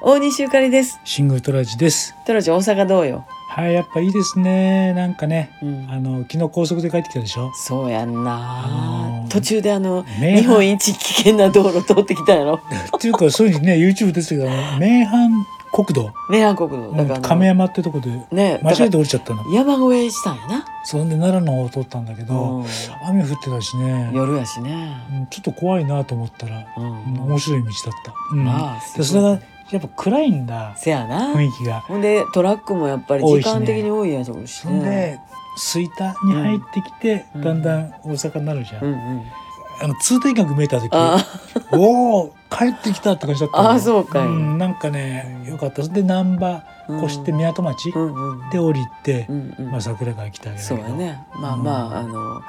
大西ゆかりですシングルトラジです。トラちゃん大阪どうよ、はい、やっぱいいですね。なんかね、うんあの昨日高速で帰ってきたでしょ。そうやんな、あのー途中であの名阪日本一危険な道路通ってきたやろっていうかそういうふうにね、YouTube ですけど、名阪国道、ね韓国のだからあの亀山ってとこでね間違えだてか降りちゃったのら。山越えしたんやな、そんで奈良の方を通ったんだけど、うん雨降ってたしね、夜やしね、うんちょっと怖いなと思ったら、うんうん面白い道だった。うんまあすごいでそれがやっぱ暗いんだせやな、雰囲気が。ほんでトラックもやっぱり多時いしね間的に多いやろうしそんでね。吹田に入ってきて、うんだんだん大阪になるじゃん。うんうん、あの通天閣見えた時。あおお帰ってきたって感じだったのあーそうかいん、なんかねよかったで難波越してみ港町、うんうんで降りてう、んうんまあ、桜川来たわけだそけうどやねまあまあ、あの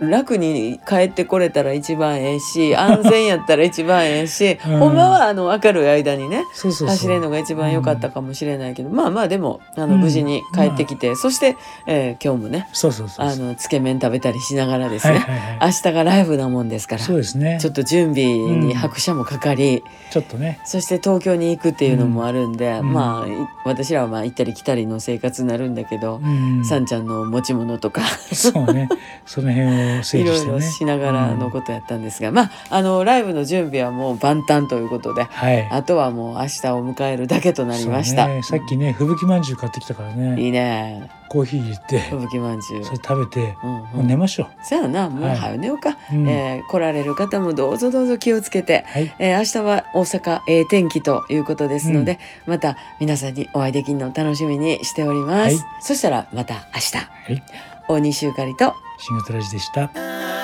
楽に帰ってこれたら一番ええ し安全やったら一番ええし、うんほんまはあの明るい間にねそうそうそう走れるのが一番良かったかもしれないけど、まあまあでもあのうん無事に帰ってきて、そして、えー今日もねそうそうそうあのつけ麺食べたりしながらですはいね、はいはい、明日がライブなもんですからそうですねちょっと準備に拍車もかかり、ちょっとねそして東京に行くっていうのもあるんで、うんまあい私らはまあ行ったり来たりの生活になるんだけど、うんさんちゃんの持ち物とかそうねその辺を整い理ろしいてねろしながらのうんことやったんですが、まああのライブの準備はもう万端ということではいあとはもう明日を迎えるだけとなりました、そうね、さっきね吹雪まんじゅう買ってきたからねいいねコーヒー入れて吹雪まんじゅうそれ食べて、うんもうう寝んましょそやなもうはい早寝ようか、う、うんえー来られる方もどうぞどうぞ気をつけて、はいえー明日は大阪ええ天気ということですので、また皆さんにお会いできるのを楽しみにしております、はいそしたらまた明日はい大西ゆかりとシンガトラジでした「